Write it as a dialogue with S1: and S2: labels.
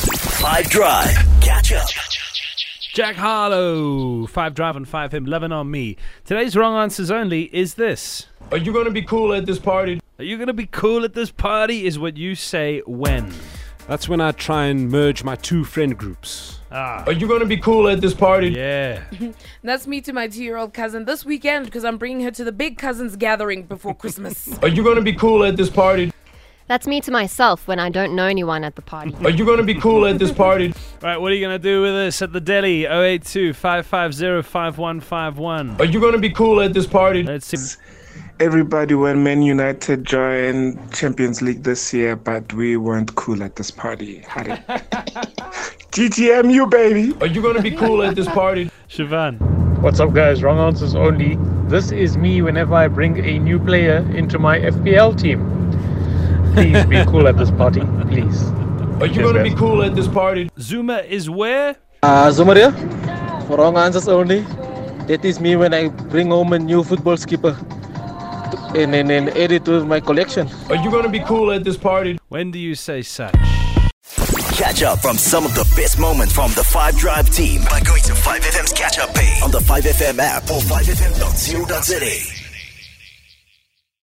S1: Five Drive. Catch up.
S2: Jack Harlow, five drive and five him, eleven on me. Today's wrong answers only is this:
S3: Are you gonna be cool at this party?
S2: Are you gonna be cool at this party? Is what you say when?
S4: That's when I try and merge my two friend groups.
S2: Ah,
S3: Are you gonna be cool at this party?
S2: yeah.
S5: That's me to my two year old cousin this weekend because I'm bringing her to the big cousins gathering before Christmas.
S3: Are you gonna be cool at this party?
S6: That's me to myself when I don't know anyone at the party.
S3: Are you gonna be cool at this party?
S2: Right, what are you gonna do with this at the deli? 082 550 5151.
S3: Are you gonna be cool at this party?
S2: Let's see.
S7: Everybody when Man United joined Champions League this year, but we weren't cool at this party. Hurry. GTMU, baby.
S3: Are you gonna be cool at this party?
S2: Siobhan.
S8: What's up, guys? Wrong answers only. This is me whenever I bring a new player into my FPL team. Please be cool at this party, please.
S3: Are you gonna be cool at this party?
S2: Zuma is where?
S9: Uh, Zumaria, wrong answers only. That is me when I bring home a new football skipper and then and add it to my collection.
S3: Are you gonna be cool at this party?
S2: When do you say such?
S1: Catch up from some of the best moments from the Five Drive team by going to 5FM's catch up page on the 5FM app or 5FM.co.za.